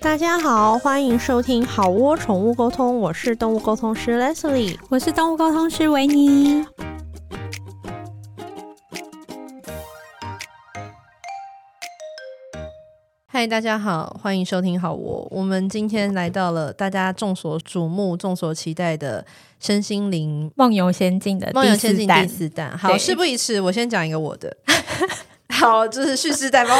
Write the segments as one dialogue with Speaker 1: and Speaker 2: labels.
Speaker 1: 大家好，欢迎收听好窝宠物沟通，我是动物沟通师 Leslie。
Speaker 2: 我是动物沟通师维尼。
Speaker 1: 嗨，大家好，欢迎收听好窝。我们今天来到了大家众所瞩目、众所期待的身心灵
Speaker 2: 梦游仙境的
Speaker 1: 梦游仙
Speaker 2: 第四
Speaker 1: 境
Speaker 2: 弹
Speaker 1: 第四弹。好，
Speaker 2: 对
Speaker 1: 事不宜迟，我先讲一个我 的。好，就是蓄势 待发。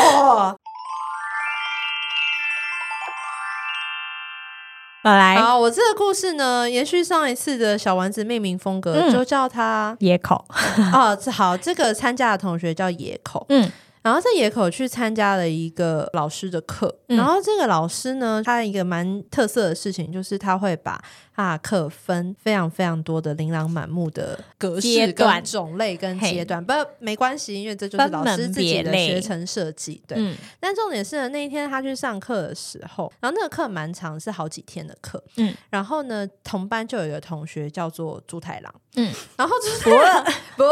Speaker 2: 本来
Speaker 1: 好，我这个故事呢，延续上一次的小丸子命名风格，
Speaker 2: 嗯
Speaker 1: 就叫它
Speaker 2: 野口，
Speaker 1: 哦，这好，这个参加的同学叫野口，
Speaker 2: 嗯，
Speaker 1: 然后在野口去参加了一个老师的课，
Speaker 2: 嗯
Speaker 1: 然后这个老师呢，他一个蛮特色的事情就是他会把他的课分非常非常多的琳琅满目的格式、
Speaker 2: 阶段
Speaker 1: 跟种类、跟
Speaker 2: 嘿
Speaker 1: 阶段，不没关系，因为这就是老师自己
Speaker 2: 分门别
Speaker 1: 的
Speaker 2: 类
Speaker 1: 学程设计，对。
Speaker 2: 嗯
Speaker 1: 但重点是呢，那一天他去上课的时候，然后那个课蛮长，是好几天的课。
Speaker 2: 嗯
Speaker 1: 然后呢，同班就有一个同学叫做猪太郎。
Speaker 2: 嗯，
Speaker 1: 然后猪太郎 不，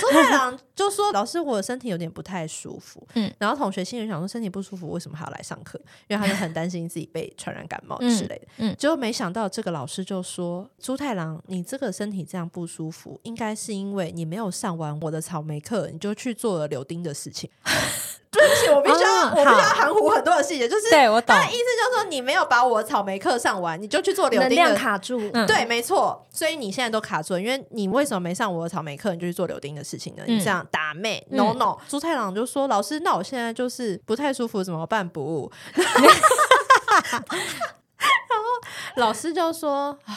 Speaker 1: 猪太郎就说：“老师，我身体有点不太舒服。”嗯
Speaker 2: 嗯，
Speaker 1: 然后同学心里想说：“身体不舒服，为什么还要来上课？”因为他就很担心自己被传染感冒之类的。嗯
Speaker 2: 嗯，
Speaker 1: 结果没想到这个老师就说：“猪太郎，你这个身体这样不舒服，应该是因为你没有上完我的草莓课，你就去做了柳丁的事情。” 对不起，我必须要，
Speaker 2: 哦
Speaker 1: 我必须要
Speaker 2: 好
Speaker 1: 含糊很多的细节，就是
Speaker 2: 对我 懂
Speaker 1: 他，的意思就是说，你没有把我草莓课上完，你就去做柳丁的
Speaker 3: 卡住，
Speaker 2: 嗯
Speaker 1: 对，没错，所以你现在都卡住了，因为你为什么没上我的草莓课，你就去做柳丁的事情呢？
Speaker 2: 嗯
Speaker 1: 你这样打妹、
Speaker 2: 嗯
Speaker 1: n o no。朱太郎就说：“老师，那我现在就是不太舒服，怎么办？ 不？”然后老师就说：“唉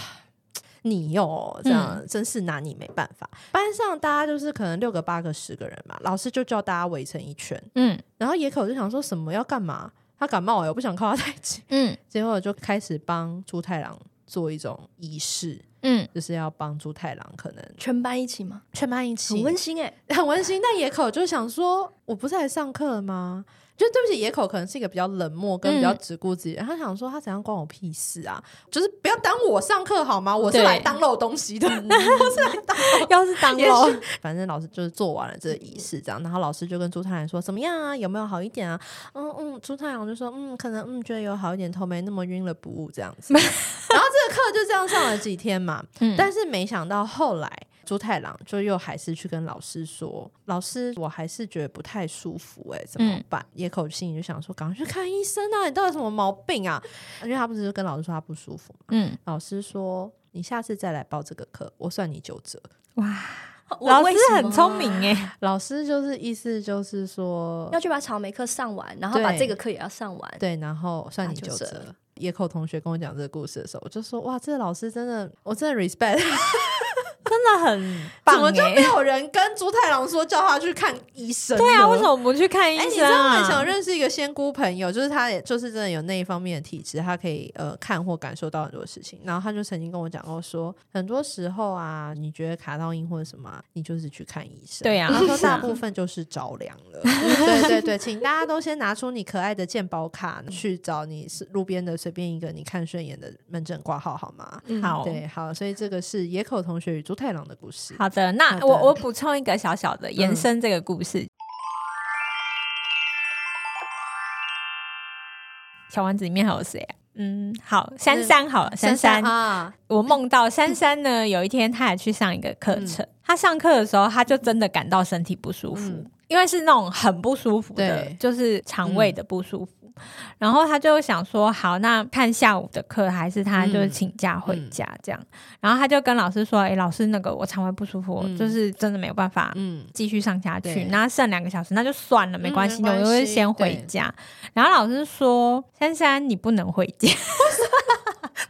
Speaker 1: 你哟，这样、
Speaker 2: 嗯
Speaker 1: 真是拿你没办法。”班上大家就是可能六个、八个、十个人嘛，老师就叫大家围成一圈，
Speaker 2: 嗯
Speaker 1: 然后野口就想说什么要干嘛？他感冒了，我不想靠他太近，
Speaker 2: 嗯
Speaker 1: 结果就开始帮猪太郎做一种仪式。
Speaker 2: 嗯，
Speaker 1: 就是要帮助太郎，可能
Speaker 3: 全班一起吗？
Speaker 1: 全班一起
Speaker 3: 很温馨哎、
Speaker 1: 很温馨。欸但野口就想说，我不是来上课了吗？就对不起，野口可能是一个比较冷漠跟
Speaker 2: 嗯
Speaker 1: 比较只顾自己的人，他想说他怎样关我屁事啊？就是不要耽误我上课好吗？我是
Speaker 2: 对
Speaker 1: 来当漏东西的，
Speaker 3: 嗯
Speaker 1: 我是来当漏
Speaker 2: 要是当
Speaker 1: 也
Speaker 2: 我
Speaker 1: 许反正老师就是做完了这个仪式，这样，然后老师就跟朱太郎说怎么样啊，有没有好一点啊？嗯嗯，朱太郎就说嗯，可能嗯觉得有好一点，头没那么晕了，不误这样子。然 后这个课就这样上了几天嘛，
Speaker 2: 嗯
Speaker 1: 但是没想到后来朱太郎就又还是去跟老师说，老师我还是觉得不太舒服、欸，哎，怎么
Speaker 2: 嗯
Speaker 1: 办？野口心里就想说，赶快去看医生啊，你到底什么毛病啊？因为他不是跟老师说他不舒服嘛，
Speaker 2: 嗯
Speaker 1: 老师说你下次再来报这个课，我算你九折。
Speaker 2: 哇，
Speaker 3: 我
Speaker 2: 老
Speaker 3: 为
Speaker 2: 师
Speaker 3: 什么啊
Speaker 2: 很聪明，哎，
Speaker 1: 老师就是意思就是说，
Speaker 3: 要去把草莓课上完，然后把
Speaker 1: 对
Speaker 3: 这个课也要上完。
Speaker 1: 对，然后算你
Speaker 3: 打
Speaker 1: 九
Speaker 3: 九折
Speaker 1: 折。野口同学跟我讲这个故事的时候，我就说哇，这个老师真的，我真的 respect，
Speaker 2: 真的很
Speaker 1: 怎
Speaker 2: 棒
Speaker 1: 么就
Speaker 3: 欸
Speaker 2: 哎。
Speaker 1: 没有人跟朱太郎说叫他去看医 生呢？
Speaker 2: 对啊，为什么不去看医
Speaker 1: 哎、你知
Speaker 2: 生
Speaker 1: 道我很想
Speaker 2: 啊？
Speaker 1: 认识一个仙姑朋友，就是他，也就是真的有那一方面的体质，他可以呃看或感受到很多事情。然后他就曾经跟我讲过说，很多时候啊，你觉得卡到音或者什么啊、你就是去看医生。
Speaker 2: 对啊
Speaker 1: 他说
Speaker 2: 是啊
Speaker 1: 大部分就是着凉了。 对对对，请大家都先拿出你可爱的健保卡
Speaker 2: 嗯
Speaker 1: 去找你是路边的随便一个你看顺眼的门诊挂号好吗？
Speaker 3: 嗯
Speaker 2: 好
Speaker 1: 对，好，所以这个是野口同学与猪太郎的故事。
Speaker 2: 好的，
Speaker 1: 好
Speaker 2: 那
Speaker 1: 的
Speaker 2: 我我补充一个小小的延伸这个故事。小丸子里面还有谁啊？嗯，好，珊珊好了，珊珊
Speaker 1: 啊，
Speaker 2: 我梦到珊珊呢，有一天她也去上一个课
Speaker 1: 嗯
Speaker 2: 程，她上课的时候，她就真的感到身体不舒服，
Speaker 1: 嗯
Speaker 2: 因为是那种很不舒服的
Speaker 1: 对，嗯
Speaker 2: 就是肠胃的不舒服。然后她就想说，好，那看下午的课，还是她就是请假回家这样。然后她就跟老师说：“哎、老师，那个我肠胃不舒服，
Speaker 1: 嗯
Speaker 2: 就是真的没有办法。”
Speaker 1: 嗯，
Speaker 2: 继续上下
Speaker 1: 对
Speaker 2: 去，那剩两个小时那就算了，没关系，
Speaker 1: 没关
Speaker 2: 我
Speaker 1: 系
Speaker 2: 就会先回
Speaker 1: 对
Speaker 2: 家。然后老师说：“珊珊，你不能回 家，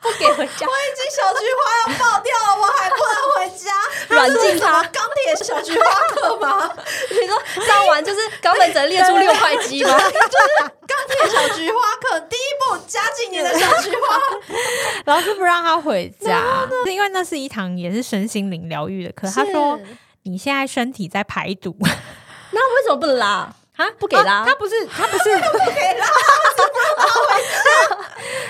Speaker 2: 不给回家。”
Speaker 1: 这小菊花要爆掉了，我还不能回家。
Speaker 3: 软禁
Speaker 1: 什么
Speaker 3: 他，
Speaker 1: 钢铁小菊花课吗？
Speaker 3: 你说上完就是冈本哲列出六块肌吗？
Speaker 1: 钢铁小菊花课第一步，加进你的小菊花。
Speaker 2: 老师不让他回家，是因为那是一堂也是身心灵疗愈的课。他说你现在身体在排毒
Speaker 3: 那为什么不拉？
Speaker 2: 啊，
Speaker 3: 不给拉
Speaker 2: 啊他不是他不是不给拉，他不是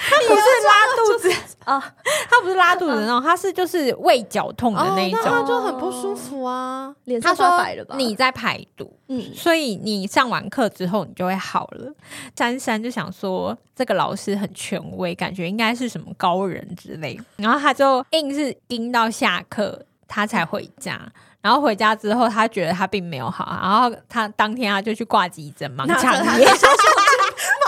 Speaker 2: 他不是拉肚子，
Speaker 3: 啊，
Speaker 2: 他不是拉肚子那种，他是就是胃绞痛的
Speaker 1: 哦，
Speaker 2: 那一
Speaker 1: 那他
Speaker 2: 种。
Speaker 1: 就很不舒服啊。
Speaker 3: 脸
Speaker 2: 他
Speaker 3: 色发白了吧
Speaker 2: 说？你在排毒，
Speaker 3: 嗯，
Speaker 2: 所以你上完课之后你就会好了。珊珊就想说这个老师很权威，感觉应该是什么高人之类，然后他就硬是盯到下课他才回家。然后回家之后，他觉得他并没有好，然后他当天他就去挂急诊，盲
Speaker 1: 拿着他
Speaker 2: 肠
Speaker 1: 的
Speaker 2: 炎
Speaker 1: 小。 手机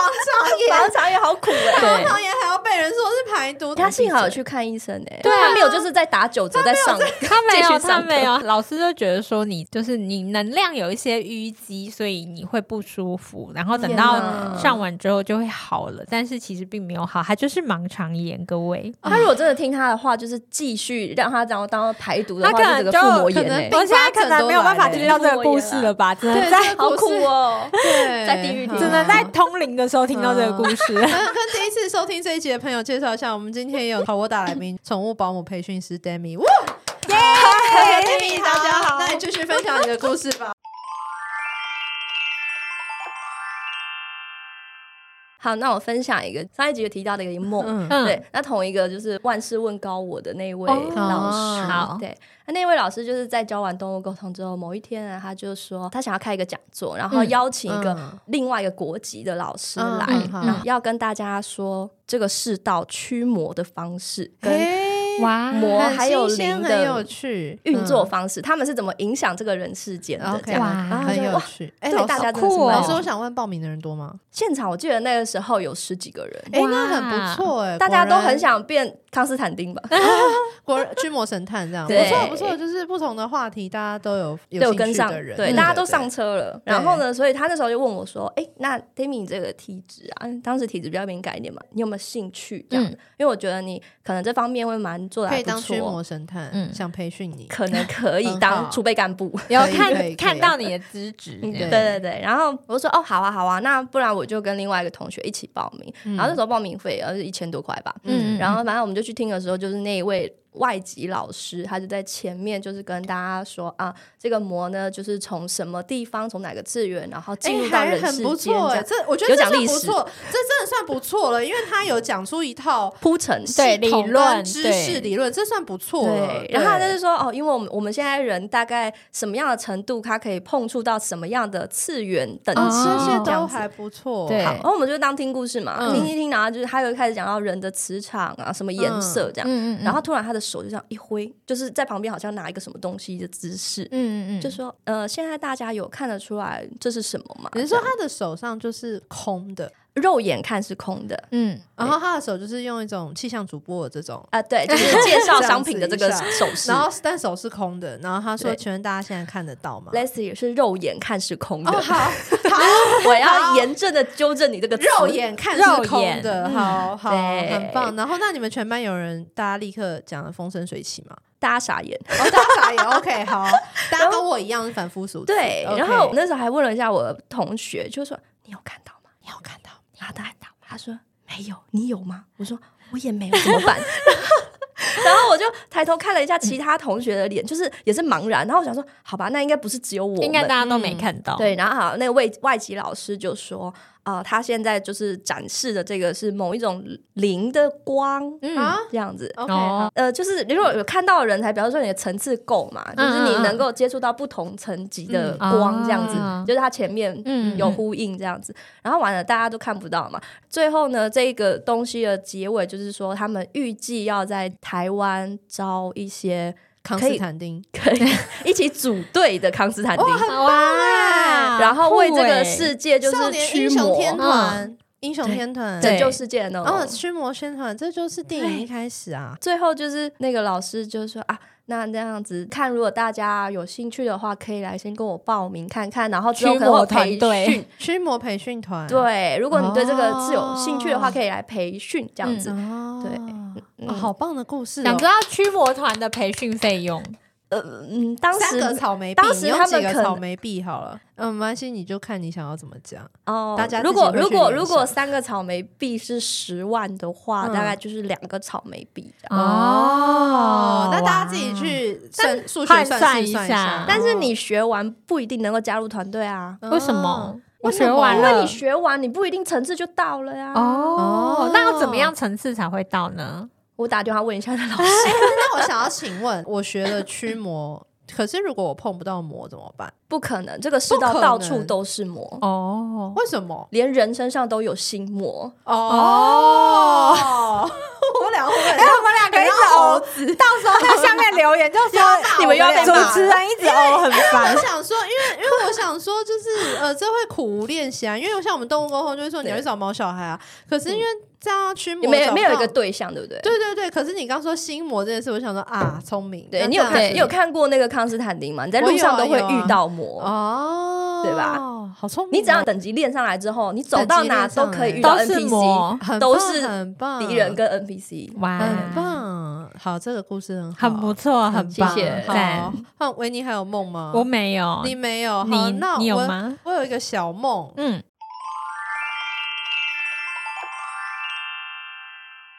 Speaker 1: 盲肠炎，
Speaker 3: 盲肠也好苦哎、
Speaker 1: 盲肠炎还要被人说是排毒，
Speaker 3: 他幸好有去看医生哎、
Speaker 2: 对啊
Speaker 3: 他没有就是在打九折在上，
Speaker 2: 他没
Speaker 3: 继
Speaker 2: 有，
Speaker 3: 续
Speaker 2: 他
Speaker 3: 上课
Speaker 2: 没有。老师就觉得说你就是你能量有一些淤积，所以你会不舒服，然后等
Speaker 1: 天
Speaker 2: 到
Speaker 1: 哪
Speaker 2: 上完之后就会好了，但是其实并没有好，它就是盲肠炎，各位。
Speaker 3: 啊他如果真的听他的话，就是继续让他然后当排毒的
Speaker 2: 他
Speaker 3: 话，
Speaker 2: 可能就
Speaker 3: 就这个腹膜
Speaker 2: 可
Speaker 3: 炎
Speaker 2: 能
Speaker 3: 哎、
Speaker 2: 我现在可能没有办法
Speaker 3: 并
Speaker 2: 听到这个故事了吧？只能在
Speaker 1: 对这
Speaker 3: 好
Speaker 1: 个故
Speaker 3: 苦
Speaker 1: 事
Speaker 3: 哦、
Speaker 1: 对
Speaker 3: 在地狱里
Speaker 2: 只能在通灵的时候听到这个故事。
Speaker 1: 跟跟第一次收听这一集的朋友介绍一下，我们今天也有好我打来宾宠物保姆培训师 Demi，哇，耶 Demi 大家好，那你继续分享你的故事吧。
Speaker 3: 好，那我分享一个上一集有提到的一个梦，
Speaker 1: 嗯，
Speaker 2: 嗯
Speaker 3: 对，那同一个就是万事问高我的那一位
Speaker 2: 哦
Speaker 3: 老师，
Speaker 1: 好
Speaker 3: 对，那那位老师就是在教完动物沟通之后，某一天啊呢，他就说他想要开一个讲座，然后
Speaker 2: 嗯
Speaker 3: 邀请一个
Speaker 1: 嗯
Speaker 3: 另外一个国籍的老师来，
Speaker 1: 嗯嗯
Speaker 3: 然后要跟大家说这个世道驱魔的方式跟
Speaker 1: 哎，
Speaker 2: 哇
Speaker 3: 魔
Speaker 1: 很
Speaker 3: 还有
Speaker 1: 新鲜
Speaker 3: 灵
Speaker 1: 很有
Speaker 3: 的
Speaker 1: 趣，
Speaker 3: 运作方式，他们是怎么影响这个人世间的这
Speaker 1: 嗯 OK，
Speaker 3: 样。
Speaker 2: 哇
Speaker 3: 然后
Speaker 1: 很
Speaker 3: 就
Speaker 1: 有
Speaker 3: 哇
Speaker 1: 趣。哎，
Speaker 3: 对
Speaker 1: 老
Speaker 3: 大
Speaker 1: 师
Speaker 3: 家真的是
Speaker 2: 酷哦
Speaker 3: 蛮
Speaker 1: 老师，我想问报名的人多吗？
Speaker 3: 现场我记得那个时候有十几个人，
Speaker 1: 哎，
Speaker 2: 哇
Speaker 1: 那很不错哎，
Speaker 3: 大家
Speaker 1: 果
Speaker 3: 都
Speaker 1: 然
Speaker 3: 很想变康斯坦丁吧？
Speaker 1: 果然驱魔神探这 样，不
Speaker 3: 对
Speaker 1: 错不错，就是不同的话题，大家都有有
Speaker 3: 对，我
Speaker 1: 兴
Speaker 3: 跟
Speaker 1: 趣
Speaker 3: 上
Speaker 1: 的人，
Speaker 3: 对，
Speaker 1: 嗯
Speaker 3: 大家都上车了。
Speaker 1: 对
Speaker 3: 然后呢，所以他那时候就问我说：“哎，那 Timmy 你这个体质啊，当时体质比较敏感一点嘛，你有没有兴趣？”这样，
Speaker 2: 嗯
Speaker 3: 因为我觉得你可能这方面会蛮做的
Speaker 1: 可
Speaker 3: 还
Speaker 1: 以当
Speaker 3: 不
Speaker 1: 驱
Speaker 3: 错，
Speaker 1: 魔神探，
Speaker 2: 嗯
Speaker 1: 想培训你。
Speaker 3: 可 能可以
Speaker 1: 很好
Speaker 3: 当储备干部。
Speaker 2: 有
Speaker 1: 可以可以可以
Speaker 2: 看看到你的资质，
Speaker 3: 嗯
Speaker 2: 这
Speaker 3: 对
Speaker 2: 样
Speaker 3: 对对，然后我就说哦，好啊好啊，那不然我就跟另外一个同学一起报名，
Speaker 1: 嗯
Speaker 3: 然后那时候报名费呃一千多块吧，
Speaker 2: 嗯
Speaker 3: 然后反正我们就去听的时候，就是那一位外籍老师，他就在前面就是跟大家说啊，这个魔呢，就是从什么地方，从哪个次元，然后进入
Speaker 1: 哎，
Speaker 3: 到
Speaker 1: 还
Speaker 3: 人
Speaker 1: 很
Speaker 3: 世
Speaker 1: 不
Speaker 3: 间
Speaker 1: 错
Speaker 3: 这
Speaker 1: 哎，
Speaker 3: 样
Speaker 1: 这我觉得
Speaker 3: 有
Speaker 1: 这
Speaker 3: 讲
Speaker 1: 算
Speaker 3: 历
Speaker 1: 不
Speaker 3: 史
Speaker 1: 错，这真的算不错了，因为他有讲出一套
Speaker 3: 铺陈。
Speaker 2: 对
Speaker 1: 系统
Speaker 2: 理论
Speaker 1: 跟知识
Speaker 2: 对
Speaker 1: 理论，这算不错了
Speaker 3: 对，。然后他就是说哦，因为我们我们现在人大概什么样的程度，他可以碰触到什么样的次元等
Speaker 2: 哦
Speaker 3: 级，
Speaker 1: 这些
Speaker 3: 这
Speaker 1: 都
Speaker 3: 样子
Speaker 1: 还不错。
Speaker 2: 对
Speaker 3: 好，然后我们就当听故事嘛，
Speaker 1: 嗯
Speaker 3: 听一听，然后就是他又开始讲到人的磁场啊，什么颜色这样，
Speaker 2: 嗯
Speaker 3: 然后突然他的手就这样一挥，就是在旁边好像拿一个什么东西的姿势，
Speaker 2: 嗯嗯嗯，
Speaker 3: 就说呃，现在大家有看得出来这是什么吗？
Speaker 1: 你是说他的手上就是空的，
Speaker 3: 肉眼看是空的
Speaker 2: 嗯
Speaker 1: 然后他的手就是用一种气象主播的这种，
Speaker 3: 啊、对，就是介绍
Speaker 1: 这样子
Speaker 3: 商品的这
Speaker 1: 一
Speaker 3: 个
Speaker 1: 下
Speaker 3: 手势。
Speaker 1: 然后但手是空的，然后他说：“
Speaker 3: 对
Speaker 1: 请问大家现在看得到吗
Speaker 3: Leslie 也是肉眼看是空？”的，
Speaker 1: 哦， 好，
Speaker 3: 我要严正的纠正你这个词
Speaker 1: 肉。眼看
Speaker 2: 肉
Speaker 1: 是空
Speaker 2: 眼
Speaker 1: 的，好好，
Speaker 3: 对
Speaker 1: 很棒。然后那你们全班有人大家立刻讲的风生水起吗？
Speaker 3: 大家傻眼，
Speaker 1: 哦，大家也 OK，好，大家跟我一样是反夫俗子。
Speaker 3: 对。
Speaker 1: OK
Speaker 3: 然后我那时候还问了一下我的同学，就说你有看到吗？
Speaker 1: 你有看到吗？
Speaker 3: 然后他到，他说没有，你有吗？我说我也没有，怎么办？ 然后我就抬头看了一下其他同学的脸，就是也是茫然。然后我想说，好吧，那应该不是只有我们，
Speaker 2: 应该大家都没看到，
Speaker 3: 对，然后好，那个外外籍老师就说，啊、他现在就是展示的这个是某一种灵的光，
Speaker 2: 嗯
Speaker 1: 啊
Speaker 3: 这样子。
Speaker 1: ，OK，好
Speaker 2: 哦，
Speaker 3: 呃，就是如果有看到的人才，比方说你的层次够嘛，就是
Speaker 2: 嗯嗯
Speaker 3: 你
Speaker 2: 嗯
Speaker 3: 能够接触到不同层级的
Speaker 2: 嗯
Speaker 3: 光，这样子，
Speaker 2: 啊
Speaker 3: 就是它前面
Speaker 2: 嗯
Speaker 3: 有呼应这样子。然后完了，大家都看不到嘛。最后呢，这个东西的结尾就是说，他们预计要在台湾招一些
Speaker 1: 康斯坦丁，
Speaker 3: 可以 一起组队的康斯坦丁。
Speaker 2: 哇
Speaker 3: 然后为这个
Speaker 2: 事。
Speaker 3: 世界就
Speaker 1: 少
Speaker 3: 是
Speaker 1: 年
Speaker 3: 驱
Speaker 1: 英雄天
Speaker 3: 魔、
Speaker 1: 团，英雄天团，
Speaker 2: 对
Speaker 3: 拯救世界呢。
Speaker 1: 哦，驱魔宣传，这就是电影
Speaker 3: 对
Speaker 1: 一开始啊。
Speaker 3: 最后就是那个老师就说啊，那那样子看，如果大家有兴趣的话，可以来先跟我报名看看，然后之后可能会有培
Speaker 2: 驱魔团队
Speaker 3: 训。
Speaker 1: 驱魔培训团，
Speaker 3: 对，如果你对这个是有
Speaker 1: 哦
Speaker 3: 兴趣的话，可以来培训这样子。
Speaker 1: 哦，
Speaker 3: 对
Speaker 1: 哦好棒的故事哦。
Speaker 2: 想知道驱魔团的培训费用，
Speaker 3: 嗯，当
Speaker 1: 三个
Speaker 3: 时
Speaker 1: 草莓币，
Speaker 3: 当时
Speaker 1: 你用
Speaker 3: 他们
Speaker 1: 几个
Speaker 3: 可
Speaker 1: 草莓币好了。嗯，没关系，你就看你想要怎么讲。
Speaker 3: 哦，
Speaker 1: 大家自己
Speaker 3: 如果
Speaker 1: 会去
Speaker 3: 如果
Speaker 1: 联
Speaker 3: 如果
Speaker 1: 想
Speaker 3: 三个草莓币是十万的话，
Speaker 1: 嗯
Speaker 3: 大概就是两个草莓币这样。
Speaker 1: 哦
Speaker 2: 哦，
Speaker 1: 那大家自己去算数学
Speaker 2: 换
Speaker 1: 算
Speaker 2: 算
Speaker 1: 式
Speaker 2: 一
Speaker 1: 算一
Speaker 2: 下
Speaker 1: 下。
Speaker 3: 但是你学完不一定能够加入团队啊。
Speaker 1: 哦
Speaker 2: 为什么？我
Speaker 1: 为什
Speaker 2: 学
Speaker 1: 么
Speaker 2: 完
Speaker 3: 因为
Speaker 2: 了
Speaker 3: 你
Speaker 1: 啊
Speaker 3: 学完，你不一定层次就到了呀。
Speaker 2: 哦
Speaker 1: 哦，
Speaker 2: 那要怎么样层次才会到呢？
Speaker 3: 我打电话问一下那老
Speaker 1: 哎
Speaker 3: 师。
Speaker 1: 那我想要请问，我学了驱魔，可是如果我碰不到魔怎么办？
Speaker 3: 不可能，这个世
Speaker 1: 不可
Speaker 3: 道
Speaker 1: 能
Speaker 3: 到处都是魔，
Speaker 2: 哦，
Speaker 1: 为什么？
Speaker 3: 连人身上都有心魔。
Speaker 1: 哦， 我俩会不会
Speaker 2: 哎，我们两个一直
Speaker 1: 很
Speaker 2: 呕， 到时候在下面留言就 说
Speaker 1: 骂
Speaker 2: 你们又要
Speaker 1: 我
Speaker 2: 被
Speaker 1: 被骂
Speaker 2: 主持人一直呕，很烦
Speaker 1: 我。想说，因为因为我想说，就是呃，这会苦无练习啊。因为像我们动物沟通就会说你要去找毛小孩啊，可是因为这样要驱魔
Speaker 3: 嗯你
Speaker 1: 嗯
Speaker 3: 没
Speaker 1: 找
Speaker 3: 有
Speaker 1: 不
Speaker 3: 没有一
Speaker 1: 到
Speaker 3: 个对象，对不对？
Speaker 1: 对对对，可是你刚说心魔这件事，我想说啊，聪明，
Speaker 3: 对
Speaker 1: 那
Speaker 3: 你有
Speaker 1: 这样
Speaker 3: 看
Speaker 1: 子
Speaker 3: 你有看过那个康斯坦丁吗？你在
Speaker 1: 我
Speaker 3: 路
Speaker 1: 有
Speaker 3: 上
Speaker 1: 啊
Speaker 3: 都会
Speaker 1: 有啊
Speaker 3: 遇到魔，
Speaker 1: 哦，
Speaker 3: 对吧？
Speaker 1: 好聪明哦，
Speaker 3: 你只要等级练上来之后，你走到哪都可以遇到
Speaker 2: 都 是魔
Speaker 3: NPC，
Speaker 1: 哦很
Speaker 3: 都
Speaker 1: 棒
Speaker 3: 是
Speaker 1: 很棒，
Speaker 3: 敌人跟嗯 NPC。
Speaker 2: 哇
Speaker 1: 很，棒。好，这个故事很好，
Speaker 2: 很不错，很棒，
Speaker 3: 谢谢
Speaker 1: 好
Speaker 2: 赞。，
Speaker 1: 那维尼还有梦吗？
Speaker 2: 我没有，
Speaker 1: 你没有，好，
Speaker 2: 你
Speaker 1: 那我
Speaker 2: 你有吗？
Speaker 1: 我有一个小梦，
Speaker 2: 嗯，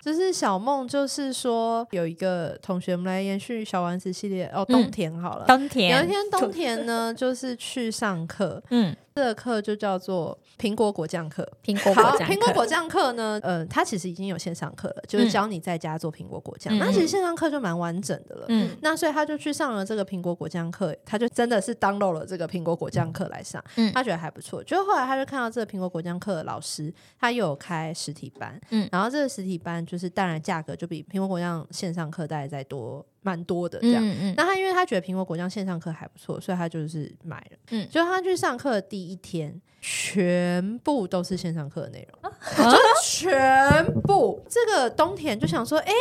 Speaker 1: 就是小梦，就是说有一个同学，我们来延续小丸子系列哦，
Speaker 2: 嗯
Speaker 1: 冬田好了。
Speaker 2: 冬
Speaker 1: 有一
Speaker 2: 天，
Speaker 1: 天 冬田呢，就是去上课，
Speaker 2: 嗯，
Speaker 1: 这个课就叫做苹果果酱课。
Speaker 2: 苹果
Speaker 1: 好
Speaker 2: 果，酱，
Speaker 1: 苹果果酱课呢，呃，它其实已经有线上课了，就是教你在家做苹果果酱。
Speaker 2: 嗯
Speaker 1: 那其实线上课就蛮完整的了。
Speaker 2: 嗯
Speaker 1: 那所以他就去上了这个苹果果酱课，他就真的是 download 了这个苹果果酱课来上，
Speaker 2: 嗯
Speaker 1: 他觉得还不错。就后来他就看到这个苹果果酱课的老师，他又有开实体班，
Speaker 2: 嗯
Speaker 1: 然后这个实体班就是当然价格就比苹果果酱线上课大概再多蛮多的这样。
Speaker 2: 嗯嗯
Speaker 1: 那他因为他觉得苹果果酱线上课还不错，所以他就是买了。
Speaker 2: 嗯
Speaker 1: 就他去上课的第一天，全部都是线上课的内容，
Speaker 2: 啊
Speaker 1: 就是全部。这个冬田就想说，哎、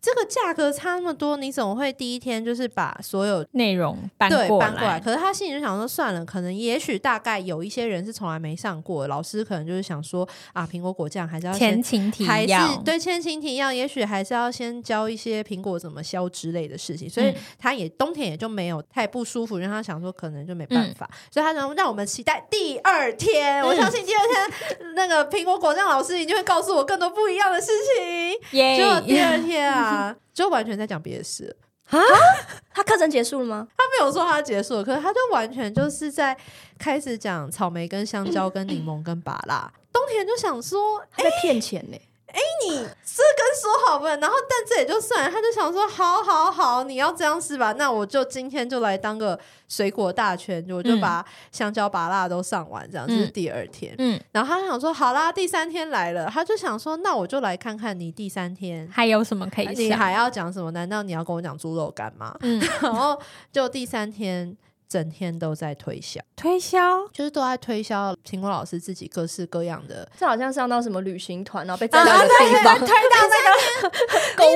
Speaker 1: 这个价格差那么多，你怎么会第一天就是把所有
Speaker 2: 内容搬
Speaker 1: 对
Speaker 2: 过
Speaker 1: 搬过来？，可是他心里就想说，算了，可能也许大概有一些人是从来没上过，老师可能就是想说啊，苹果果酱还是要
Speaker 2: 前
Speaker 1: 先
Speaker 2: 情提
Speaker 1: 还
Speaker 2: 要
Speaker 1: 是，对千情提要，也许还是要先教一些苹果怎么削之类的事情，所以
Speaker 2: 嗯
Speaker 1: 他也冬天也就没有太不舒服，让他想说可能就没办法，所以他想让我们期待第二天。
Speaker 2: 嗯
Speaker 1: 我相信第二天那个苹果果酱老师一定会告诉我更多不一样的事情。
Speaker 2: 耶
Speaker 1: 结果 第二天啊，就完全在讲别的事了，
Speaker 3: 他课程结束了吗？
Speaker 1: 他没有说他结束了，可是他就完全就是在开始讲草莓、跟香蕉、跟柠檬、跟芭拉。冬天就想说，
Speaker 3: 他在骗钱呢。
Speaker 1: 你这跟说好不能，然后但这也就算了，他就想说，好好好，你要这样是吧？那我就今天就来当个水果大全，我就
Speaker 2: 嗯
Speaker 1: 把香蕉、芭辣都上完，这样、
Speaker 2: 嗯
Speaker 1: 这是第二天。
Speaker 2: 嗯，
Speaker 1: 然后他想说，好啦，第三天来了，他就想说，那我就来看看你第三天。
Speaker 2: 还有什么可以
Speaker 1: 你
Speaker 2: 哎想？
Speaker 1: 还要讲什么？难道你要跟我讲猪肉干吗？
Speaker 2: 嗯，
Speaker 1: 然后就第三天整天都在推销，
Speaker 2: 推销
Speaker 1: 就是都在推销苹果老师自己各式各样的
Speaker 3: 这好像上到什么旅行团，然后被载到一个地方，
Speaker 2: 推到那
Speaker 3: 购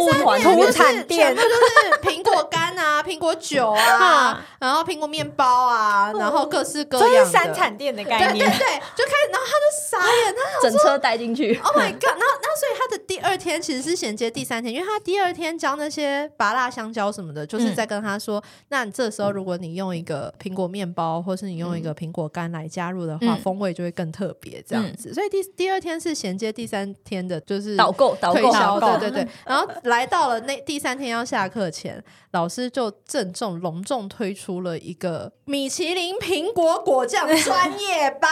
Speaker 3: 物
Speaker 2: 第三天哦
Speaker 1: 就是
Speaker 3: 团
Speaker 2: 产
Speaker 1: 全
Speaker 2: 店
Speaker 1: 部就是苹果干 啊、苹果酒啊，然后苹果面包啊，然后各式各
Speaker 2: 个，这
Speaker 1: 样
Speaker 2: 哦是
Speaker 1: 的。
Speaker 2: 三产店的
Speaker 1: 对
Speaker 2: 概
Speaker 1: 对对，
Speaker 2: 念，
Speaker 1: 就开始，然后他就傻眼， 他
Speaker 3: 整车带进去。
Speaker 1: Oh my god！然后，那所以他的第二天其实是衔接第三天，因为他第二天教那些拔辣香蕉什么的，就是在跟他说，那你这时候如果你用一个苹果面包，或是你用一个苹果干来加入的话，
Speaker 2: 嗯
Speaker 1: 风味就会更特别这样子。所以第第二天是衔接第三天的，就是
Speaker 3: 导购，导
Speaker 1: 推
Speaker 3: 购，
Speaker 1: 销，
Speaker 2: 导购
Speaker 1: 对对对。然后来到了那第三天要下课前，老师就郑重隆重推出了一个米其林苹果果酱专业班。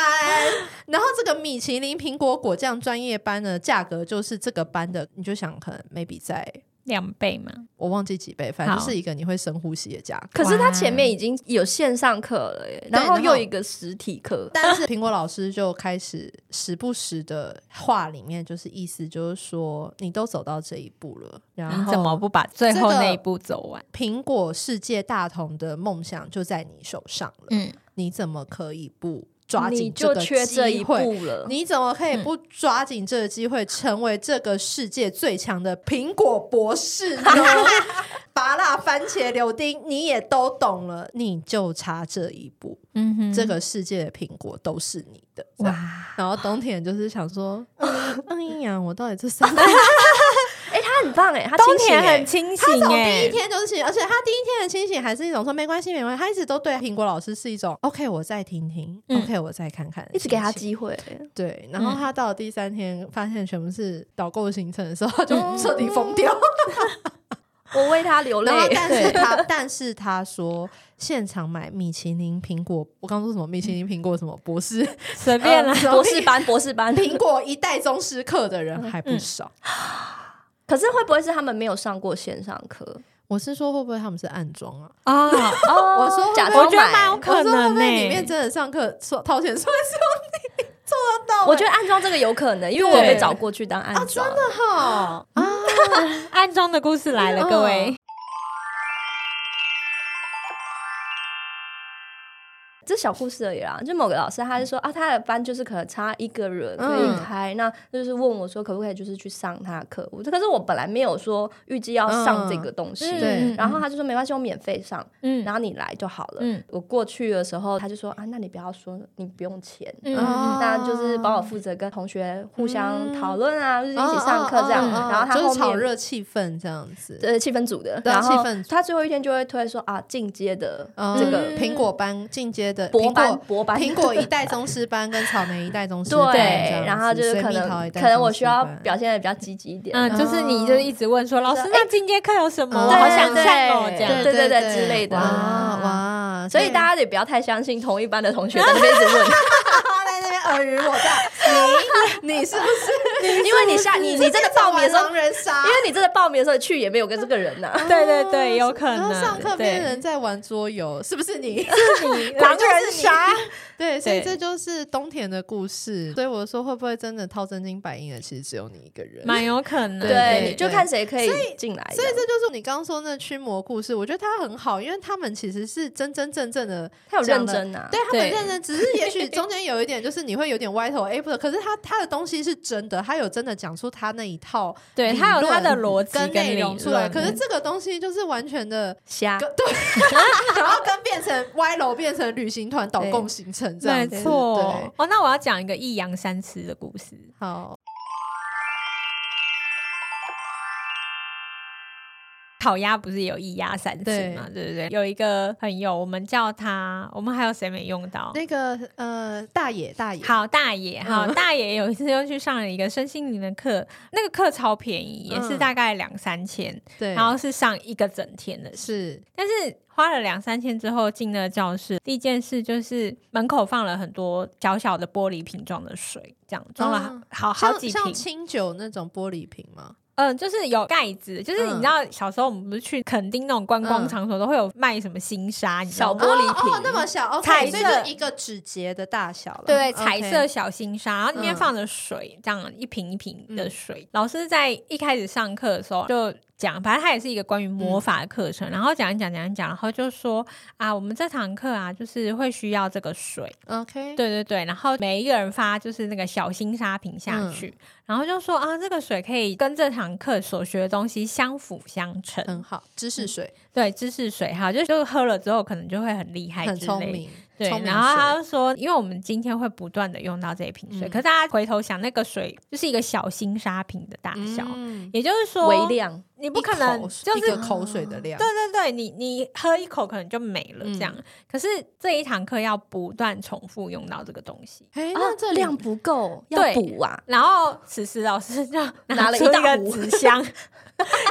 Speaker 1: 然后这个米其林苹果果酱专业班的价格就是这个班的，你就想可能 maybe 在
Speaker 2: 两倍嘛，
Speaker 1: 我忘记几倍，反正就
Speaker 2: 好
Speaker 1: 是一个你会深呼吸的价格。
Speaker 3: 可是他前面已经有线上课了耶，然后
Speaker 1: 然后
Speaker 3: 又一个实体课，
Speaker 1: 但是苹果老师就开始时不时的话里面就是意思就是说，你都走到这一步了，然
Speaker 2: 你
Speaker 1: 后
Speaker 2: 怎么不把最后
Speaker 1: 这个
Speaker 2: 那一步走完？
Speaker 1: 苹果世界大同的梦想就在你手上了，
Speaker 2: 嗯，
Speaker 1: 你怎么可以不抓
Speaker 3: 你
Speaker 1: 紧
Speaker 3: 就
Speaker 1: 个
Speaker 3: 缺这一
Speaker 1: 机会？
Speaker 3: 步了。嗯
Speaker 1: 你怎么可以不抓紧这个机会，成为这个世界最强的苹果博士 呢？拔辣、番茄、柳丁，你也都懂了，你就差这一步。
Speaker 2: 嗯哼
Speaker 1: 这个世界的苹果都是你的。哇！
Speaker 2: 哇，
Speaker 1: 然后冬田就是想说， 嗯哎呀，我到底这三天
Speaker 3: 哎，他很棒哎，他
Speaker 2: 冬
Speaker 3: 清醒
Speaker 2: 天很
Speaker 3: 哎，
Speaker 2: 清
Speaker 1: 他
Speaker 2: 醒
Speaker 1: 从第一
Speaker 2: 哎，
Speaker 1: 天就是清醒，而且他第一天的清醒还是一种说没关系没关系，他一直都对苹果老师是一种 OK 我再听听、
Speaker 2: 嗯
Speaker 1: o k 我再看看的
Speaker 3: 一
Speaker 1: 心情，
Speaker 3: 直给他机会哎。
Speaker 1: 对。然后
Speaker 2: 嗯
Speaker 1: 他到了第三天发现全部是导购行程的时候，他就
Speaker 3: 嗯
Speaker 1: 彻底疯掉。
Speaker 3: 我为他流泪
Speaker 1: 然后，但是
Speaker 3: 对
Speaker 1: 他但是他说现场买米其林苹果，我刚说什么米其林苹果什么博士
Speaker 2: 随
Speaker 1: 呃
Speaker 2: 便啦，
Speaker 1: 什么
Speaker 3: 嗯博士班，博士班，嗯
Speaker 1: 苹果一代宗师课的人还不少。
Speaker 3: 可是会不会是他们没有上过线上课？
Speaker 1: 我是说，会不会他们是暗装啊？
Speaker 2: 啊，
Speaker 3: 哦
Speaker 1: 我说
Speaker 3: 假
Speaker 2: 我
Speaker 3: 装
Speaker 2: 觉得蛮有
Speaker 3: 买。
Speaker 2: 可
Speaker 1: 我说会
Speaker 2: 能
Speaker 1: 不
Speaker 2: 呢、
Speaker 1: 会
Speaker 3: 欸
Speaker 1: 里面真的上课说掏钱算兄弟做得到欸、
Speaker 3: 我觉得暗装这个有可能，因为我有被找过去当暗装。
Speaker 1: 得好啊，
Speaker 2: 暗装的故事来了，
Speaker 1: 嗯
Speaker 2: 各位。
Speaker 3: 这小故事而已啦，就某个老师他就说啊，他的班就是可能差一个人可以开，那就是问我说可不可以就是去上他的课，我可是我本来没有说预计要上这个东西，
Speaker 1: 嗯对
Speaker 3: 然后他就说没关系，我免费上，
Speaker 2: 嗯
Speaker 3: 然后你来就好了。
Speaker 2: 嗯
Speaker 3: 我过去的时候，他就说啊，那你不要说你不用钱，
Speaker 2: 嗯
Speaker 1: 哦
Speaker 3: 那就是帮我负责跟同学互相讨论啊，就是一起上课这样。
Speaker 1: 哦哦哦哦
Speaker 3: 然后他
Speaker 1: 就
Speaker 3: 后
Speaker 1: 是炒
Speaker 3: 面
Speaker 1: 热气氛这样子。
Speaker 3: 呃气氛组的，
Speaker 1: 对啊
Speaker 3: 然后
Speaker 1: 气氛组
Speaker 3: 他最后一天就会推说啊进阶的
Speaker 1: 嗯
Speaker 3: 这个
Speaker 1: 苹果班进阶的
Speaker 3: 博
Speaker 1: 苹
Speaker 3: 班
Speaker 1: 果
Speaker 3: 博班
Speaker 1: 苹果 一代宗师班跟草莓一代宗师班这样
Speaker 3: 对
Speaker 1: 子，
Speaker 3: 然后就是可
Speaker 1: 水蜜桃
Speaker 3: 能
Speaker 1: 一代
Speaker 3: 可能
Speaker 1: 宗
Speaker 3: 我
Speaker 1: 师
Speaker 3: 需要
Speaker 1: 班
Speaker 3: 表现的比较积极一点，
Speaker 2: 嗯，就是你就一直问说，老师，那今天课有什么？我好想上哦，这样
Speaker 3: 对。对对之类的
Speaker 1: 哇哇！
Speaker 3: 所以大家也不要太相信同一班的同学在那边 一直问，
Speaker 1: 家在那边尔虞我诈，你你是不是？
Speaker 3: 因为你下你你真的报名的时候，
Speaker 1: 狼人杀
Speaker 3: 因为你真的报名的时候去也没有跟这个人
Speaker 1: 哦
Speaker 3: 呐，
Speaker 2: 对对对，有可
Speaker 1: 然后
Speaker 2: 能。
Speaker 1: 上课
Speaker 2: 对
Speaker 1: 边人在玩桌游，是不是 你？
Speaker 2: 是你狼人杀，
Speaker 1: 对，所以
Speaker 2: 对
Speaker 1: 这就是东田的故事。所以我说，会不会真的掏真金白银的，其实只有你一个 人？
Speaker 2: 蛮有可能。
Speaker 1: 对
Speaker 3: 对，你就看谁可以进来。
Speaker 1: 所以这就是你刚刚说那驱魔故事，我觉得它很好，因为他们其实是真真正正的
Speaker 3: 他有认
Speaker 1: 讲的
Speaker 3: 真啊，
Speaker 1: 对他
Speaker 2: 对
Speaker 1: 们认真，只是也许中间有一点，就是你会有点歪头哎，不是，可是他他的东西是真的，他有真的讲出他那一套
Speaker 2: 对
Speaker 1: 理
Speaker 2: 他有他的
Speaker 1: 论
Speaker 2: 逻辑
Speaker 1: 跟
Speaker 2: 理
Speaker 1: 内容
Speaker 2: 论嗯啊
Speaker 1: 出来，可是这个东西就是完全的
Speaker 3: 瞎
Speaker 1: 跟 对，然后跟变成歪楼变成旅行团导共行程这
Speaker 2: 没
Speaker 1: 样子，对
Speaker 2: 错。哦，那我要讲一个一阳三吃的故事。
Speaker 1: 好，
Speaker 2: 烤鸭不是有一鸭三吃嘛？对不对？有一个朋友，我们叫他，我们还有谁没用到？
Speaker 1: 那个呃，大野大野，
Speaker 2: 好大爷，好、
Speaker 1: 嗯
Speaker 2: 大爷，有一次又去上了一个身心灵的课，那个课超便宜，也是
Speaker 1: 嗯
Speaker 2: 大概两三千，
Speaker 1: 对，
Speaker 2: 然后是上一个整天的，
Speaker 1: 是
Speaker 2: 但是花了两三千之后进了教室，第一件事就是门口放了很多小小的玻璃瓶装的水，这样装了好、
Speaker 1: 嗯
Speaker 2: 好好
Speaker 1: 像
Speaker 2: 几
Speaker 1: 像
Speaker 2: 瓶，
Speaker 1: 清酒那种玻璃瓶吗？
Speaker 2: 嗯，就是有盖子，就是你
Speaker 1: 嗯
Speaker 2: 知道小时候我们不是去垦丁那种观光
Speaker 1: 嗯
Speaker 2: 场所都会有卖什么新沙，你知道
Speaker 3: 小
Speaker 2: 吗
Speaker 3: 玻璃
Speaker 1: 哦，那
Speaker 3: 瓶，
Speaker 1: 么小
Speaker 2: 彩
Speaker 1: ，OK，所以
Speaker 2: 色
Speaker 1: 就一个指节的大小了，
Speaker 2: 对，
Speaker 1: OK 嗯
Speaker 2: 彩色小星沙，然后里面放着水，这样一瓶一瓶的水。老师在一开始上课的时候就讲，反正他也是一个关于魔
Speaker 1: 嗯
Speaker 2: 法的课程，然后讲一讲讲一讲，然后就说啊，我们这堂课啊，就是会需要这个水，
Speaker 1: ，OK，
Speaker 2: 对对对，然后每一个人发就是那个小星沙瓶下
Speaker 1: 嗯
Speaker 2: 去，然后就说啊，这个水可以跟这堂课所学的东西相辅相成，
Speaker 1: 很好，知识水，
Speaker 2: 对，知识水哈，就就喝了之后可能就会很厉害，
Speaker 1: 很聪。明，
Speaker 2: 对，
Speaker 1: 聪明
Speaker 2: 然后
Speaker 1: 水
Speaker 2: 他就说，因为我们今天会不断的用到这一瓶水，
Speaker 1: 嗯
Speaker 2: 可是大家回头想，那个水就是一个小星沙瓶的大小，
Speaker 1: 嗯
Speaker 2: 也就是说，
Speaker 3: 微量，
Speaker 2: 你不可能
Speaker 1: 一口
Speaker 2: 就
Speaker 1: 一
Speaker 2: 是
Speaker 1: 个口水的量，
Speaker 2: 对对对，你你喝一口可能就没了
Speaker 1: 嗯
Speaker 2: 这样。可是这一堂课要不断重复用到这个东西。
Speaker 1: 哎，
Speaker 3: 啊
Speaker 1: 那这
Speaker 3: 量不够要
Speaker 2: 对
Speaker 3: 补啊。
Speaker 2: 然后此时老师就
Speaker 3: 拿了
Speaker 2: 出
Speaker 3: 一大
Speaker 2: 个
Speaker 3: 壶
Speaker 2: 纸箱，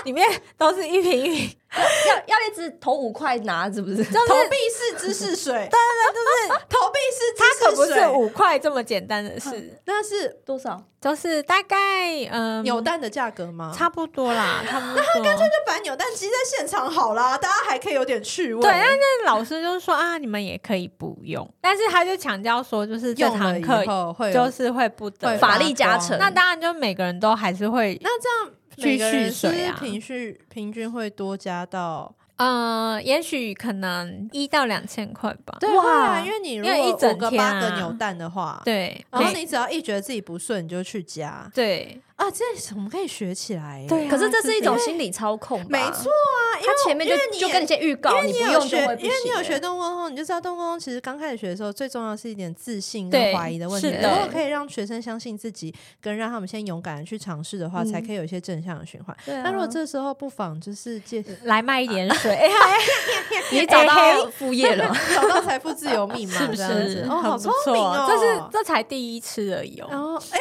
Speaker 2: 里面都是一瓶一瓶
Speaker 3: 要要一直投五块拿，是不
Speaker 1: 投
Speaker 3: 是？
Speaker 1: 币式知识 水，对对，就是 投币式知
Speaker 2: 它可不
Speaker 1: 识
Speaker 2: 是
Speaker 1: 水，嗯
Speaker 2: 五块这么简单的事，
Speaker 1: 那是
Speaker 3: 多少？
Speaker 2: 就是大概嗯，
Speaker 1: 扭蛋的价格吗？
Speaker 2: 差不多啦，差不多。
Speaker 1: 就把扭蛋机在现场好啦，大家还可以有点趣味。
Speaker 2: 对，但是老师就是说啊，你们也可以不用，但是他就强调说，就是这
Speaker 1: 用了
Speaker 2: 堂
Speaker 1: 以
Speaker 2: 课
Speaker 1: 后会有
Speaker 2: 就是会不得
Speaker 1: 会
Speaker 3: 法
Speaker 1: 发
Speaker 3: 力加
Speaker 1: 光
Speaker 3: 成
Speaker 2: 那当然，就每个人都还是会，
Speaker 1: 那这样
Speaker 2: 继
Speaker 1: 每个
Speaker 2: 续
Speaker 1: 人是不
Speaker 2: 水
Speaker 1: 是
Speaker 2: 啊
Speaker 1: 平均平均会多加到
Speaker 2: 呃，也许可能一到两千块吧。
Speaker 1: 对
Speaker 3: 哇
Speaker 1: 会啊，因为你如
Speaker 2: 因为一
Speaker 1: 果
Speaker 2: 整
Speaker 1: 五个
Speaker 2: 天啊
Speaker 1: 八个扭蛋的话，，
Speaker 2: 对，
Speaker 1: 然后
Speaker 2: 对
Speaker 1: 你只要一觉得自己不顺，你就去加
Speaker 2: 对
Speaker 1: 啊，这我们可以学起来耶。
Speaker 2: 对啊
Speaker 3: 可是这是一种心理操控吧，
Speaker 1: 没错啊，因
Speaker 3: 他
Speaker 1: 为
Speaker 3: 前面就
Speaker 1: 因为你
Speaker 3: 就
Speaker 1: 也
Speaker 3: 跟你先预告，
Speaker 1: 因为
Speaker 3: 不
Speaker 1: 有
Speaker 3: 用就
Speaker 1: 学，
Speaker 3: 会不
Speaker 1: 因为你有
Speaker 3: 行
Speaker 1: 学
Speaker 3: 欸
Speaker 1: 动工后，你就知道动工后其实刚开始学的时候，最重要是一点自信
Speaker 2: 对
Speaker 1: 跟怀疑的问题。
Speaker 2: 是
Speaker 1: 如
Speaker 2: 的
Speaker 1: 果可以让学生相信自己，跟让他们先勇敢的去尝试的话，
Speaker 3: 嗯
Speaker 1: 才可以有一些正向的循环。
Speaker 3: 对啊
Speaker 1: 那如果这时候不妨就是借
Speaker 2: 来卖一点
Speaker 1: 啊
Speaker 2: 水，哎 呀
Speaker 3: 你找
Speaker 2: 哎
Speaker 3: 到副业了吗？
Speaker 1: 找到财富自由密码，
Speaker 2: 是不
Speaker 1: 这样
Speaker 2: 是
Speaker 1: 子？哦，
Speaker 2: 很
Speaker 1: 好
Speaker 2: 不
Speaker 1: 聪
Speaker 2: 错？
Speaker 1: 明哦！
Speaker 2: 这是这才第一次而已哦。
Speaker 1: 哦，哎，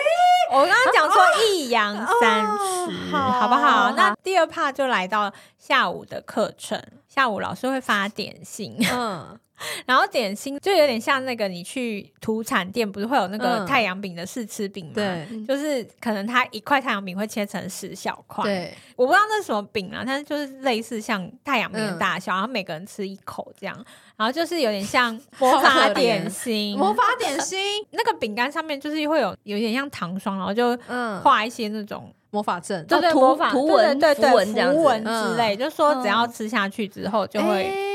Speaker 2: 我刚刚讲说一阳三
Speaker 1: 哦
Speaker 2: 十，
Speaker 1: 好
Speaker 2: 好不好？
Speaker 1: 哦好
Speaker 2: 那第二 part 就来到下午的课程。下午老师会发点心，
Speaker 1: 嗯，
Speaker 2: 然后点心就有点像那个你去土产店，不是会有那个
Speaker 1: 嗯
Speaker 2: 太阳饼的试吃饼吗？
Speaker 1: 对
Speaker 2: 就是可能它一块太阳饼会切成十小块，
Speaker 1: 对，
Speaker 2: 我不知道那是什么饼啊，但是就是类似像太阳饼的
Speaker 1: 嗯
Speaker 2: 大小，然后每个人吃一口这样，然后就是有点像
Speaker 1: 好
Speaker 2: 魔
Speaker 1: 可
Speaker 2: 法
Speaker 1: 怜
Speaker 2: 点心，
Speaker 1: 魔法点心，
Speaker 2: 那个饼干上面就是会有有点像糖霜，然后就
Speaker 1: 嗯，哦
Speaker 2: 画一些那种、
Speaker 1: 魔法阵
Speaker 2: 对对
Speaker 3: 图
Speaker 2: 魔法
Speaker 3: 图
Speaker 2: 对
Speaker 3: 文
Speaker 2: 对对
Speaker 3: 符
Speaker 2: 对
Speaker 3: 文这样子
Speaker 2: 符文之类，就说只要
Speaker 1: 嗯
Speaker 2: 吃下去之后就
Speaker 1: 哎
Speaker 2: 会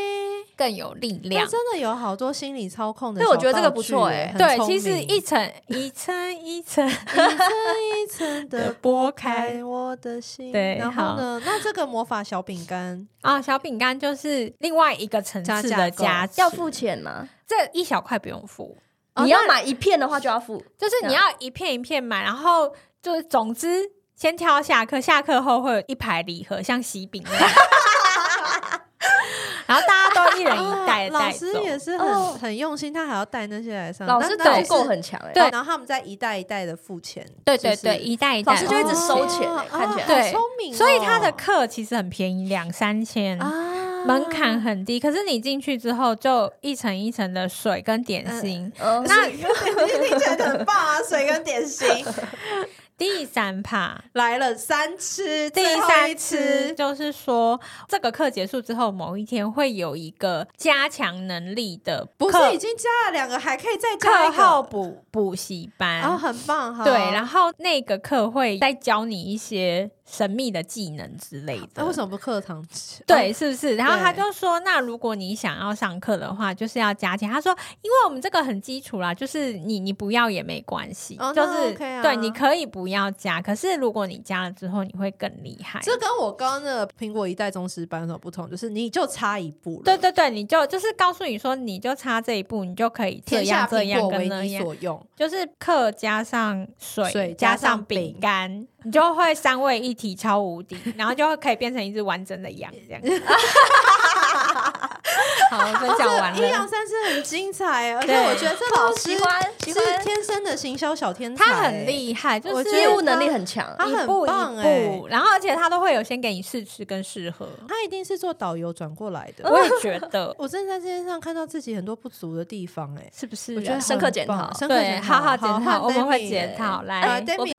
Speaker 2: 更有力量
Speaker 1: 那。真的有好多心理操控的
Speaker 3: 对
Speaker 1: 小道
Speaker 3: 我
Speaker 1: 具欸，
Speaker 3: 觉得这个不错欸
Speaker 1: 很
Speaker 2: 对，
Speaker 1: 聪
Speaker 2: 其实
Speaker 1: 明
Speaker 2: 一层一层一层
Speaker 1: 一层一层 的
Speaker 2: 剥
Speaker 1: 开我的心。
Speaker 2: 对
Speaker 1: 然后呢？那这个魔法小饼干，
Speaker 2: 啊，小饼干就是另外一个层
Speaker 1: 加
Speaker 2: 次
Speaker 1: 价
Speaker 2: 的
Speaker 1: 购
Speaker 2: 加持，
Speaker 3: 要付钱吗？
Speaker 2: 这一小块不用付，
Speaker 1: 哦
Speaker 3: 你要
Speaker 1: 那
Speaker 3: 买一片的话就要付，
Speaker 2: 就是你要一片一片买，然后就是总之先挑下课，下课后会有一排礼盒，像喜饼那样，然后大家都一人一袋带
Speaker 1: 哦老师
Speaker 2: 走。
Speaker 1: 也是很
Speaker 3: 哦
Speaker 1: 很用心，他还要带那些来上。
Speaker 3: 老师
Speaker 1: 嗯那那
Speaker 3: 导
Speaker 1: 也是
Speaker 3: 购很强哎、
Speaker 2: 对
Speaker 1: 然后他们再一代一代的付钱。
Speaker 2: 对对
Speaker 1: 就是
Speaker 2: 对，一袋一袋，
Speaker 3: 老师就一直收钱
Speaker 1: 哦
Speaker 3: 欸看起来
Speaker 1: 哦
Speaker 2: 对
Speaker 1: 好聪明哦。
Speaker 2: 所以他的课其实很便宜，两三千。
Speaker 1: 啊
Speaker 2: 门槛很低，可是你进去之后就一层一层的水跟点
Speaker 1: 呃
Speaker 2: 心。
Speaker 3: 嗯，
Speaker 1: 那 听起来很棒啊！水跟点心
Speaker 2: 第三趴，
Speaker 1: 来了三吃，
Speaker 2: 第
Speaker 1: 最后一
Speaker 2: 三次
Speaker 1: 吃
Speaker 2: 就是说，这个课结束之后，某一天会有一个加强能力的
Speaker 1: 不
Speaker 2: 课
Speaker 1: 是已经加了两个，还可以再加
Speaker 2: 课
Speaker 1: 一
Speaker 2: 后
Speaker 1: 个，哦
Speaker 2: 补补习班。
Speaker 1: 然后很棒哈。
Speaker 2: 对，然后那个课会再教你一些神秘的技能之类的。
Speaker 1: 那为什么不课堂吃？
Speaker 2: 对，是不是？然后他
Speaker 1: 哦对
Speaker 2: 就说，那如果你想要上课的话，就是要加钱。他说，因为我们这个很基础啦，就是你你不要也没关系，
Speaker 1: 哦
Speaker 2: 就
Speaker 1: 那
Speaker 2: 是、
Speaker 1: OK 啊
Speaker 2: 对，你可以不要加，可是如果你加了之后，你会更厉害。
Speaker 1: 这跟我刚刚那个苹果一代宗师班有什么不同？就是你就差一步了，
Speaker 2: 对，对对，你就就是告诉你说，你就差这一步，你就可以这
Speaker 1: 天
Speaker 2: 样
Speaker 1: 下
Speaker 2: 这
Speaker 1: 苹
Speaker 2: 样
Speaker 1: 果为
Speaker 2: 跟那
Speaker 1: 你
Speaker 2: 样，
Speaker 1: 所用。
Speaker 2: 就是课加上水
Speaker 1: 水
Speaker 2: 加
Speaker 1: 加上
Speaker 2: 上饼
Speaker 1: 饼
Speaker 2: 干，你就会三位一体超无敌，然后就会可以变成一只完整的羊这样。 好，分享完
Speaker 1: 一阳
Speaker 2: 了。
Speaker 1: 三师很精彩，而且
Speaker 2: 对
Speaker 1: 我觉得这老师
Speaker 3: 喜欢喜
Speaker 1: 是
Speaker 3: 欢，
Speaker 1: 天生的行销小天才，
Speaker 2: 他很厉害，就
Speaker 1: 我
Speaker 2: 是
Speaker 1: 觉
Speaker 3: 业
Speaker 1: 得
Speaker 3: 务能力很强。
Speaker 1: 他
Speaker 2: 一
Speaker 1: 很
Speaker 2: 步一
Speaker 1: 棒
Speaker 2: 步，
Speaker 1: 哎
Speaker 2: 然后而且他都会有先给你试吃跟试喝。
Speaker 1: 他一定是做导游转过来的。
Speaker 2: 我也觉得，
Speaker 1: 我真的在这件上看到自己很多不足的地方，哎，
Speaker 2: 是不是
Speaker 1: 我觉得
Speaker 2: 啊？
Speaker 3: 深刻
Speaker 1: 很
Speaker 3: 检
Speaker 1: 棒
Speaker 3: 讨
Speaker 1: 深刻
Speaker 2: 对，
Speaker 1: 检
Speaker 2: 好好检
Speaker 1: 好
Speaker 2: 讨，我们会
Speaker 1: Demi
Speaker 2: 检讨。
Speaker 1: 呃
Speaker 2: 来，
Speaker 1: ，Demi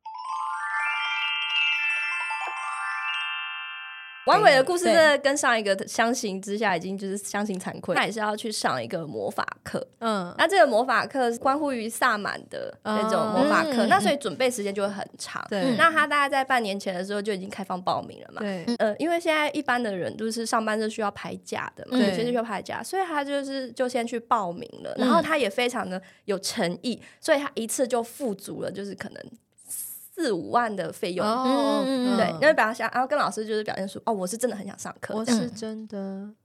Speaker 3: 王伟的故事真的跟上一个相形之下，已经就是相形惭愧。他也是要去上一个魔法课，
Speaker 1: 嗯，
Speaker 3: 那这个魔法课是关乎于萨满的那种魔法课，
Speaker 2: 嗯
Speaker 3: 那所以准备时间就会很长。
Speaker 1: 哦对
Speaker 3: 那他大概在半年前的时候就已经开放报名了嘛。
Speaker 1: 对，
Speaker 3: 呃，因为现在一般的人就是上班是需要排假的嘛，
Speaker 2: 对
Speaker 3: 有些是需要排假，所以他就是就先去报名了，然
Speaker 1: 嗯
Speaker 3: 后他也非常的有诚意，所以他一次就付足了，就是可能四五万的费用。
Speaker 1: 哦
Speaker 2: 嗯嗯嗯
Speaker 3: 对，因为表现，然后跟老师就是表现出，哦，我是真的很想上课，
Speaker 1: 我
Speaker 3: 这样
Speaker 1: 是真的，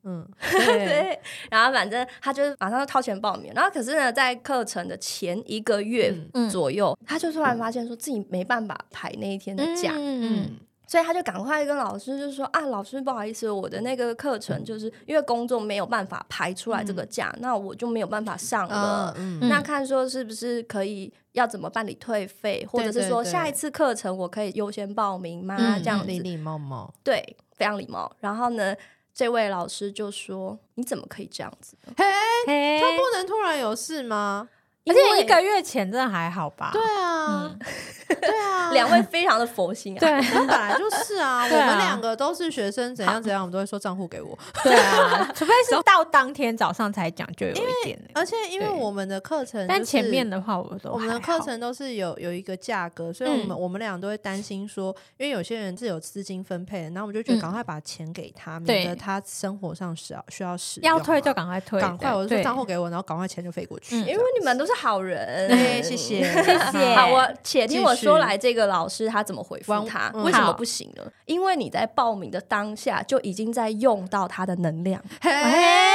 Speaker 1: 嗯，对，
Speaker 3: 对，然后反正他就是马上就掏钱报名，然后可是呢，在课程的前一个月
Speaker 2: 嗯
Speaker 3: 左右，他就突然发现说自己没办法排那一天的假，
Speaker 2: 嗯
Speaker 1: 嗯，
Speaker 3: 所以他就赶快跟老师就说啊，老师不好意思，我的那个课程就是因为工作没有办法排出来这个假，那我就没有办法上了。
Speaker 1: 嗯
Speaker 2: 嗯
Speaker 3: 那看说是不是可以要怎么办理退费，或者
Speaker 1: 对
Speaker 3: 是
Speaker 1: 对
Speaker 3: 说
Speaker 1: 对
Speaker 3: 下一次课程我可以优先报名吗？
Speaker 2: 嗯
Speaker 3: 这样
Speaker 1: 礼
Speaker 3: 子，
Speaker 1: 礼貌貌，
Speaker 3: 对，非常礼貌。然后呢，这位老师就说：“你怎么可以这样子？”
Speaker 1: 嘿，
Speaker 2: 嘿
Speaker 1: 他不能突然有事吗？
Speaker 2: 而
Speaker 3: 因为
Speaker 2: 且一个月前真的还好吧？
Speaker 1: 对
Speaker 2: 嗯
Speaker 1: 啊，对啊，
Speaker 3: 两位非常的佛心啊。
Speaker 2: 对
Speaker 1: 他本来就是啊，我
Speaker 2: 对啊
Speaker 1: 们两个都是学生，怎样怎样，我们都会说账户给我。
Speaker 2: 对啊， 除非是到当天早上才讲，就有一点欸。
Speaker 1: 而且因为
Speaker 2: 对
Speaker 1: 我们的课程就是，
Speaker 2: 但前面的话，我都
Speaker 1: 我们
Speaker 2: 还
Speaker 1: 的
Speaker 2: 好嗯
Speaker 1: 课程都是有有一个价格，所以我们我们俩都会担心说，因为有些人是有资金分配的，然后我们就觉
Speaker 2: 嗯
Speaker 1: 得赶快把钱给他，
Speaker 2: 对
Speaker 1: 免得他生活上需要需要使用
Speaker 2: 要
Speaker 1: 嘛
Speaker 2: 退就赶快退，
Speaker 1: 赶快，我就说
Speaker 2: 对
Speaker 1: 账户给我，然后赶快钱就飞过去
Speaker 2: 嗯。
Speaker 1: 这 样
Speaker 3: 因为你们都是好人，
Speaker 1: 对，谢谢，
Speaker 2: 谢谢
Speaker 3: 好，我且听我
Speaker 1: 继续
Speaker 3: 说来，这个老师他怎么回复
Speaker 1: 完
Speaker 3: 他？
Speaker 1: 嗯
Speaker 3: 为什么
Speaker 2: 好
Speaker 3: 不行呢？因为你在报名的当下就已经在用到他的能量，
Speaker 1: 嘿
Speaker 2: 哎，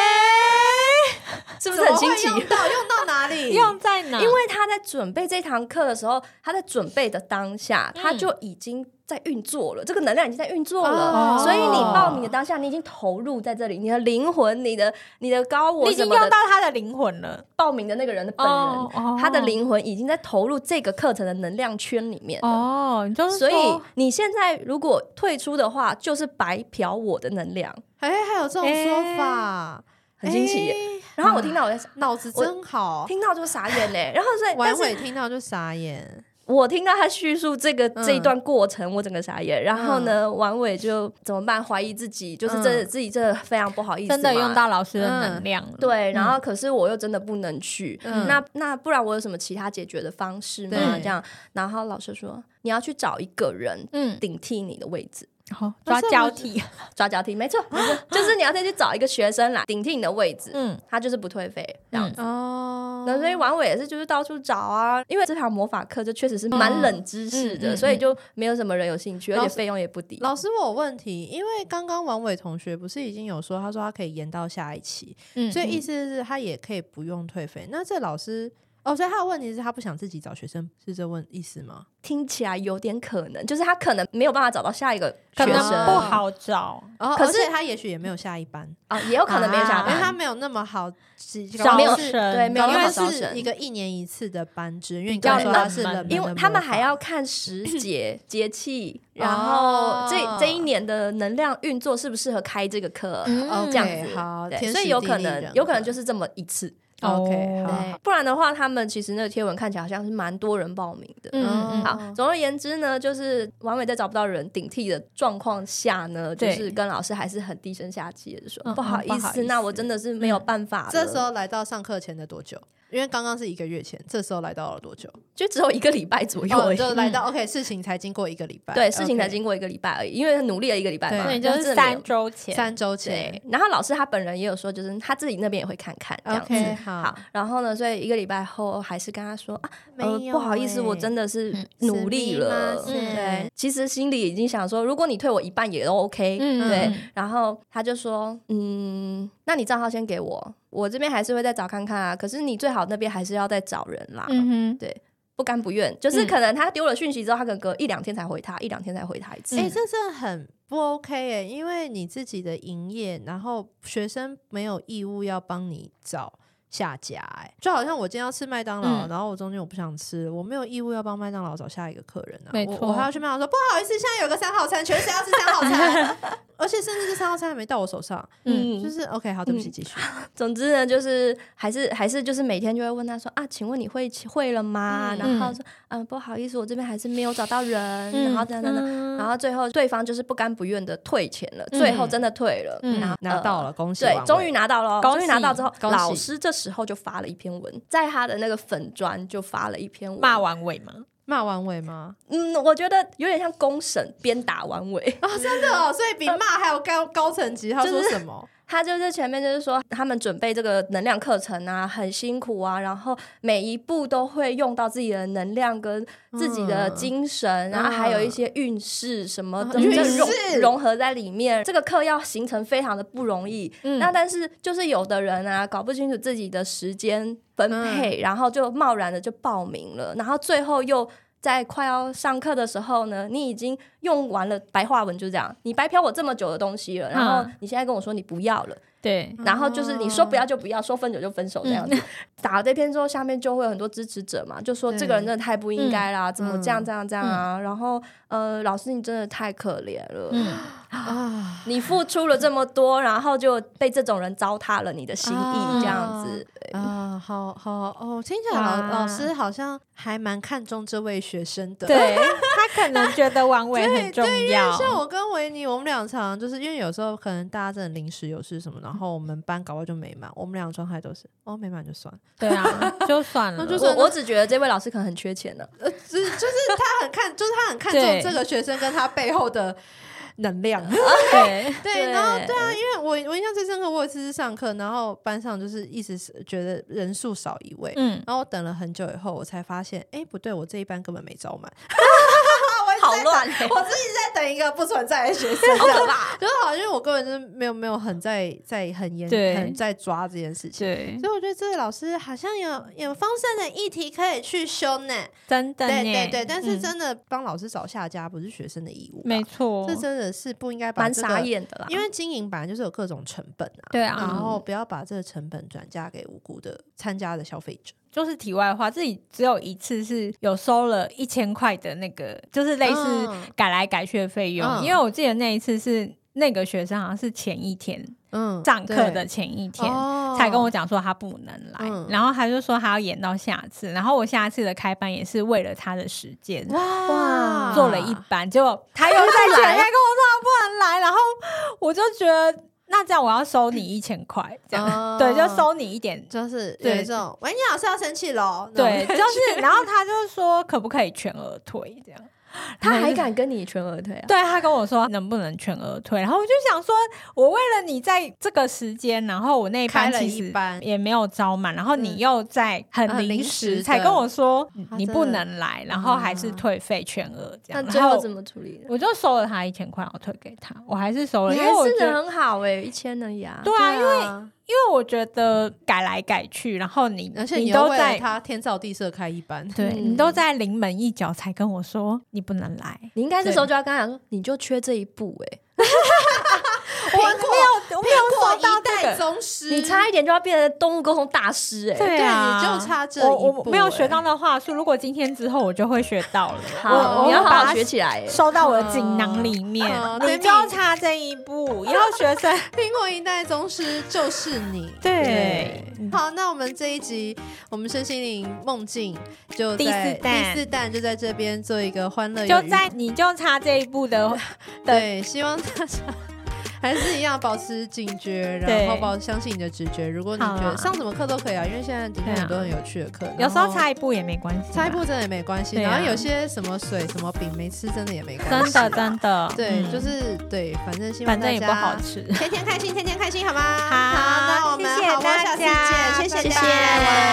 Speaker 3: 是是不是很新奇
Speaker 1: 怎？么会用到用到哪 里？
Speaker 2: 用在哪？
Speaker 3: 因为他在准备这堂课的时候，他在准备的当下，他
Speaker 2: 嗯
Speaker 3: 就已经在运作了，这个能量已经在运作了。
Speaker 1: 哦
Speaker 3: 所以你报名的当下，你已经投入在这里，你的灵魂、你的、你的高我
Speaker 2: 你已
Speaker 3: 什
Speaker 2: 经
Speaker 3: 么
Speaker 2: 用
Speaker 3: 的，
Speaker 2: 到他的灵魂了。
Speaker 3: 报名的那个人的本
Speaker 2: 哦哦
Speaker 3: 人，他的灵魂已经在投入这个课程的能量圈里面了。
Speaker 2: 哦，你就是
Speaker 3: 所以
Speaker 2: 说
Speaker 3: 你现在如果退出的话，就是白嫖我的能量，
Speaker 1: 哎，还有这种说法，
Speaker 3: 很惊奇耶。
Speaker 1: 哎
Speaker 3: 然后我听到我在想
Speaker 1: 脑子真好。
Speaker 3: 听到就傻眼
Speaker 2: 啊
Speaker 3: 嘞，然后所以但
Speaker 1: 完
Speaker 3: 是
Speaker 1: 伟听到就傻眼，
Speaker 3: 我听到他叙述这个、
Speaker 1: 嗯
Speaker 3: 这一段过程，我整个傻眼。然后呢，
Speaker 2: 嗯
Speaker 3: 王伟就怎么办？怀疑自己，就是这、
Speaker 1: 嗯
Speaker 3: 自己真的非常不好意思嘛，
Speaker 2: 真的用到老师的
Speaker 1: 嗯
Speaker 2: 能量了。
Speaker 3: 对。然后可是我又真的不能去，
Speaker 1: 嗯
Speaker 3: 那那不然我有什么其他解决的方式吗？
Speaker 1: 对
Speaker 3: 这样，然后老师说你要去找一个人
Speaker 2: 嗯，
Speaker 3: 顶替你的位置，
Speaker 2: 好抓
Speaker 1: 是我
Speaker 2: 交
Speaker 1: 是
Speaker 2: 替，
Speaker 3: 抓交替，没错， 没错，就是你要再去找一个学生来顶替你的位置，
Speaker 2: 嗯，
Speaker 3: 他就是不退费，这样。
Speaker 2: 嗯
Speaker 1: 哦
Speaker 3: 那所以王伟也是就是到处找啊，因为这堂魔法课就确实是蛮冷知
Speaker 2: 嗯
Speaker 3: 识
Speaker 2: 嗯
Speaker 3: 的，
Speaker 2: 嗯
Speaker 3: 所以就没有什么人有兴趣，而
Speaker 1: 老
Speaker 3: 且
Speaker 1: 师
Speaker 3: 费用也不低。
Speaker 1: 老师，我有问题，因为刚刚王伟同学不是已经有说，他说他可以延到下一期，
Speaker 2: 嗯
Speaker 1: 所以意思是他也可以不用退费。那这老师哦，所以他的问题是他不想自己找学生，是这问意思吗？
Speaker 3: 听起来有点可能，就是他可能没有办法找到下一个
Speaker 2: 可
Speaker 3: 学生
Speaker 2: 能
Speaker 1: 生
Speaker 2: 不好找。
Speaker 1: 哦，
Speaker 3: 可
Speaker 1: 而
Speaker 3: 是
Speaker 1: 且他也许也没有下一班，
Speaker 3: 啊，也有可能没有下
Speaker 1: 因为
Speaker 3: 班。
Speaker 1: 他没有那么好找
Speaker 2: 招
Speaker 3: 没有
Speaker 2: 生
Speaker 3: 对，没有
Speaker 1: 因
Speaker 3: 那么
Speaker 1: 为
Speaker 3: 招
Speaker 1: 是一
Speaker 3: 生，
Speaker 1: 个一年一次的班制，因为你
Speaker 2: 较
Speaker 1: 刚刚说他是
Speaker 2: 冷门
Speaker 1: 冷门的
Speaker 3: 因为他们
Speaker 1: 模
Speaker 3: 还
Speaker 1: 仿
Speaker 3: 要 看时节节气，然
Speaker 1: 哦
Speaker 3: 后这这一年的能量运作适不适合开这个课，哦
Speaker 1: OK，
Speaker 3: 这样子
Speaker 1: 嗯好
Speaker 3: 对，
Speaker 1: 天
Speaker 3: 所以
Speaker 1: 时
Speaker 3: 有
Speaker 1: 地
Speaker 3: 可
Speaker 1: 利人
Speaker 3: 能有可能
Speaker 1: 和
Speaker 3: 就是这么一次，
Speaker 1: OK
Speaker 2: 哦
Speaker 1: 好
Speaker 3: 对，不然的话，他们其实那个贴文看起来好像是蛮多人报名的。
Speaker 2: 嗯嗯
Speaker 3: 好
Speaker 1: 哦，
Speaker 3: 总而言之呢，就是王伟在找不到人顶替的状况下呢，就
Speaker 2: 对
Speaker 3: 是跟老师还是很低声下气的说
Speaker 2: 嗯嗯：“
Speaker 3: 不好
Speaker 2: 不
Speaker 3: 意
Speaker 2: 好意
Speaker 3: 思
Speaker 2: 思，
Speaker 3: 那我真的是没有办法了。”
Speaker 1: 嗯这时候来到上课前的多久？因为刚刚是一个月前，这时候来到了多久？
Speaker 3: 就只有一个礼拜左右
Speaker 1: 哦
Speaker 3: 而已，
Speaker 1: 就来到 OK，事情才经过一个礼拜，
Speaker 3: 对，事情才
Speaker 1: OK，
Speaker 3: 经过一个礼拜而已，因为努力了一个礼拜
Speaker 1: 对
Speaker 3: 嘛，
Speaker 2: 所以
Speaker 1: 对
Speaker 2: 就
Speaker 3: 那
Speaker 2: 是
Speaker 3: 真的没有
Speaker 2: 三周前，
Speaker 1: 三周前
Speaker 3: 对。，然后老师他本人也有说，就是他自己那边也会看看这样子。
Speaker 1: OK，
Speaker 3: 好，然后呢，所以一个礼拜后还是跟他说啊，呃，不好意思，我真
Speaker 1: 的
Speaker 3: 的是
Speaker 2: 嗯
Speaker 3: 努力了。
Speaker 1: 是
Speaker 2: 密码是
Speaker 3: 对，其实心里已经想说，如果你退我一半也都 OK、
Speaker 2: 嗯
Speaker 3: 对
Speaker 2: 嗯，
Speaker 3: 然后他就说，嗯，那你账号先给我，我这边还是会再找看看啊。可是你最好那边还是要再找人啦。
Speaker 2: 嗯
Speaker 3: 不甘不愿，就是
Speaker 2: 嗯
Speaker 3: 可能他丢了讯息之后，他可能隔一两天才回他，一两天才回他一次。
Speaker 1: 哎、
Speaker 2: 嗯
Speaker 1: 这真的很不 OK 哎、因为你自己的营业，然后学生没有义务要帮你找下家哎、就好像我今天要吃麦当劳，
Speaker 2: 嗯
Speaker 1: 然后我中间我不想吃，我没有义务要帮麦当劳找下一个客人啊，
Speaker 2: 没
Speaker 1: 我
Speaker 2: 错
Speaker 1: 我还要去麦当劳说不好意思，现在有个三号餐，全谁要吃三号餐？ 而且甚至这三号餐还没到我手上，
Speaker 2: 嗯
Speaker 1: 就是 OK 好，对不起，继续。
Speaker 3: 总之呢，就是还是还是就是每天就会问他说啊，请问你会会了吗？
Speaker 1: 嗯
Speaker 3: 然后说嗯、不好意思，我这边还是没有找到人，
Speaker 2: 嗯，
Speaker 3: 然后等等等。
Speaker 2: 嗯
Speaker 3: 然后最后对方就是不甘不愿的退钱了，
Speaker 2: 嗯
Speaker 3: 最后真的退了，
Speaker 2: 嗯
Speaker 3: 拿
Speaker 1: 拿到。
Speaker 3: 呃
Speaker 1: 了，恭喜王
Speaker 3: 对
Speaker 1: 伟！，
Speaker 3: 终于拿到了哦，
Speaker 2: 恭喜
Speaker 3: 终于拿到之后，
Speaker 1: 恭喜
Speaker 3: 老师这时候就发了一篇文，在他的那个粉砖就发了一篇文，
Speaker 2: 骂完尾嘛，
Speaker 1: 骂完伟吗？
Speaker 3: 嗯，我觉得有点像公审鞭打完尾，
Speaker 1: 啊、真的哦，所以比骂还有高高层级。他说什 么？
Speaker 3: 他就是前面就是说，他们准备这个能量课程啊，很辛苦啊，然后每一步都会用到自己的能量跟自己的精神，然后还有一些运势什么的，
Speaker 1: 嗯
Speaker 3: 就
Speaker 1: 运
Speaker 3: 融
Speaker 1: 势
Speaker 3: 融合在里面。这个课要形成非常的不容易。
Speaker 2: 嗯
Speaker 3: 那但是就是有的人啊，搞不清楚自己的时间分
Speaker 1: 嗯
Speaker 3: 配，然后就贸然的就报名了，然后最后又。在快要上课的时候呢，你已经用完了白话文，就这样，你白嫖我这么久的东西了，然后
Speaker 2: 嗯
Speaker 3: 你现在跟我说你不要
Speaker 1: 嗯
Speaker 3: 了，
Speaker 2: 对，
Speaker 3: 然后就是你说不要就不要，说分手就分手这样子。打了这篇之后，下面就会有很多支持者嘛，就说
Speaker 1: 对
Speaker 3: 这个人真的太不应该啦，怎么这样
Speaker 1: 嗯
Speaker 3: 这样这样啊？然后呃，老师你真的太可怜了，
Speaker 2: 嗯
Speaker 1: 啊，
Speaker 3: 你付出了这么多，然后就被这种人糟蹋了你的心
Speaker 1: 啊
Speaker 3: 意，这样子。对
Speaker 1: 啊，好好哦，听起来老
Speaker 2: 哇
Speaker 1: 老师好像还蛮看重这位学生的。
Speaker 2: 对他可能觉得完尾很重要，
Speaker 1: 像我跟维尼，我们俩常常就是因为有时候可能大家真的临时有事什么，然后我们班搞不好就没满，我们俩状态都是哦没满就算了，
Speaker 2: 对啊，就算了，
Speaker 1: 那就是
Speaker 3: 我我只觉得这位老师可能很缺钱呢，
Speaker 1: 呃，只就是他很看，就是他很看
Speaker 2: 对呃
Speaker 1: 重这个学生跟他背后的能量。
Speaker 2: 对，
Speaker 1: 对，
Speaker 3: 对
Speaker 1: 然后对啊，因为我我印象最深刻，我有一次是上课，然后班上就是一直是觉得人数少一位，
Speaker 2: 嗯，
Speaker 1: 然后我等了很久以后，我才发现，哎，不对，我这一班根本没招满，
Speaker 3: 好乱欸，
Speaker 1: 我自己在等一个不存在的学生，好可怕！ 就是好像我根本就是没有没有很在在很严
Speaker 2: 对
Speaker 1: 很在抓这件事情，
Speaker 2: 对，
Speaker 1: 所以我觉得这位老师好像有有丰盛的议题可以去修呢。
Speaker 2: 真的
Speaker 1: 对
Speaker 2: 呢
Speaker 1: 对对，但是
Speaker 2: 嗯
Speaker 1: 真的帮老师找下家不是学生的义务吧，
Speaker 2: 没错
Speaker 1: 这，真的是不应该把
Speaker 3: 蛮
Speaker 1: 这个
Speaker 3: 傻眼的啦。
Speaker 1: 因为经营本来就是有各种成本啊，
Speaker 2: 对啊
Speaker 1: 然后不要把这个成本转嫁给无辜的参加的消费者，
Speaker 2: 就是题外话，自己只有一次是有收了一千块的那个，就是类似
Speaker 1: 嗯
Speaker 2: 改来改去的费用，
Speaker 1: 嗯
Speaker 2: 因为我记得那一次是那个学生好像是前一天
Speaker 1: 嗯
Speaker 2: 上课的前一天。才跟我讲说他不能来，
Speaker 1: 哦嗯
Speaker 2: 然后他就说他要演到下次，然后我下次的开班也是为了他的时间，
Speaker 1: 哇
Speaker 3: 哇
Speaker 2: 做了一班，结果他又 在前面跟我说他不能来，然后我就觉得那这样我要收你一千块，这样、
Speaker 1: 哦
Speaker 2: 对，就收你一点
Speaker 1: 就是有
Speaker 2: 对
Speaker 1: 一种喂，你老师要生气喽，
Speaker 2: 对，
Speaker 1: 那
Speaker 2: 就
Speaker 1: 种
Speaker 2: 是，然后他就说可不可以全额退这样？
Speaker 3: 他还敢跟你全额退啊？
Speaker 2: 对他跟我说能不能全额退，然后我就想说，我为了你在这个时间，然后我那一班
Speaker 1: 开了
Speaker 2: 其
Speaker 1: 一
Speaker 2: 实
Speaker 1: 班
Speaker 2: 也没有招满，然后你
Speaker 1: 嗯
Speaker 2: 又在很
Speaker 1: 很
Speaker 2: 临
Speaker 1: 临时
Speaker 2: 时
Speaker 1: 的
Speaker 2: 才跟我说
Speaker 1: 他
Speaker 2: 你
Speaker 1: 真
Speaker 2: 不
Speaker 1: 的嗯
Speaker 2: 能来，然后还是退费全额这
Speaker 3: 那
Speaker 2: 样，
Speaker 3: 最
Speaker 2: 然
Speaker 3: 后
Speaker 2: 后
Speaker 3: 怎么处理的？
Speaker 2: 我就收了他一千块，我退给他，我还是收了，
Speaker 3: 你
Speaker 2: 因
Speaker 3: 还
Speaker 2: 为我
Speaker 3: 是
Speaker 2: 觉
Speaker 1: 啊
Speaker 3: 人
Speaker 2: 得。
Speaker 3: 很好哎，一千而已啊。
Speaker 2: 对啊，因为
Speaker 1: 为
Speaker 2: 因为我觉得改来改去，然后你
Speaker 1: 而且
Speaker 2: 你
Speaker 1: 你又
Speaker 2: 都
Speaker 1: 为了
Speaker 2: 在
Speaker 1: 他天造地设开一班，
Speaker 2: 对、
Speaker 3: 嗯
Speaker 2: 你都在临门一脚才跟我说你不能来，
Speaker 3: 你应该这时候就要跟他讲说，你就缺这一步哎，
Speaker 1: 我没
Speaker 2: 我没有
Speaker 1: 过
Speaker 2: 收到
Speaker 1: 一
Speaker 2: 这
Speaker 1: 代
Speaker 2: 个。
Speaker 1: 宗师，
Speaker 3: 你差一点就要变成动物沟通大师哎。
Speaker 1: 对
Speaker 2: 啊，
Speaker 1: 你就差这
Speaker 2: 我
Speaker 1: 一
Speaker 2: 我
Speaker 1: 步
Speaker 2: 没有
Speaker 1: 欸
Speaker 2: 学到那话术，如果今天之后我就会学到了，
Speaker 3: 好，
Speaker 2: 我
Speaker 3: 你
Speaker 2: 我
Speaker 3: 要
Speaker 2: 会
Speaker 3: 好
Speaker 2: 把
Speaker 3: 好
Speaker 2: 它
Speaker 3: 学起来哎。
Speaker 2: 收到我的锦囊里面
Speaker 1: 嗯。
Speaker 2: 你
Speaker 1: 对
Speaker 2: 就要差这一 步，以后学 生
Speaker 1: 苹果一代宗师就是你。
Speaker 2: 对
Speaker 1: 好，那我们这一集我们身心灵梦境就
Speaker 2: 第
Speaker 1: 在
Speaker 2: 四弹
Speaker 1: 第四弹就在这边做一个欢乐又
Speaker 2: 就
Speaker 1: 愉
Speaker 2: 在你就差这一步的，
Speaker 1: 对，希望大家还是一样保持警觉，然后
Speaker 2: 对
Speaker 1: 保相信你的直觉。如果你
Speaker 2: 好
Speaker 1: 觉
Speaker 2: 啊
Speaker 1: 得上什么课都可以啊，因为现在的确
Speaker 2: 对啊
Speaker 1: 很多很有趣的课，
Speaker 2: 有时候差
Speaker 1: 一
Speaker 2: 一步也没关系啦，
Speaker 1: 哦差一步真的也没关系，
Speaker 2: 对啊
Speaker 1: 然后有些什么水什么饼没吃，真的也没关
Speaker 2: 真
Speaker 1: 系，
Speaker 2: 的真的，
Speaker 1: 对，
Speaker 2: 嗯
Speaker 1: 就是对，反正希望
Speaker 2: 反正也不
Speaker 1: 大家
Speaker 2: 好吃。
Speaker 1: 天天开心，天天开心，好吗？
Speaker 2: 好
Speaker 1: 那我们
Speaker 2: 谢谢
Speaker 1: 好，我们下次
Speaker 2: 大家
Speaker 1: 见，谢谢
Speaker 2: 拜
Speaker 1: 大家
Speaker 2: 拜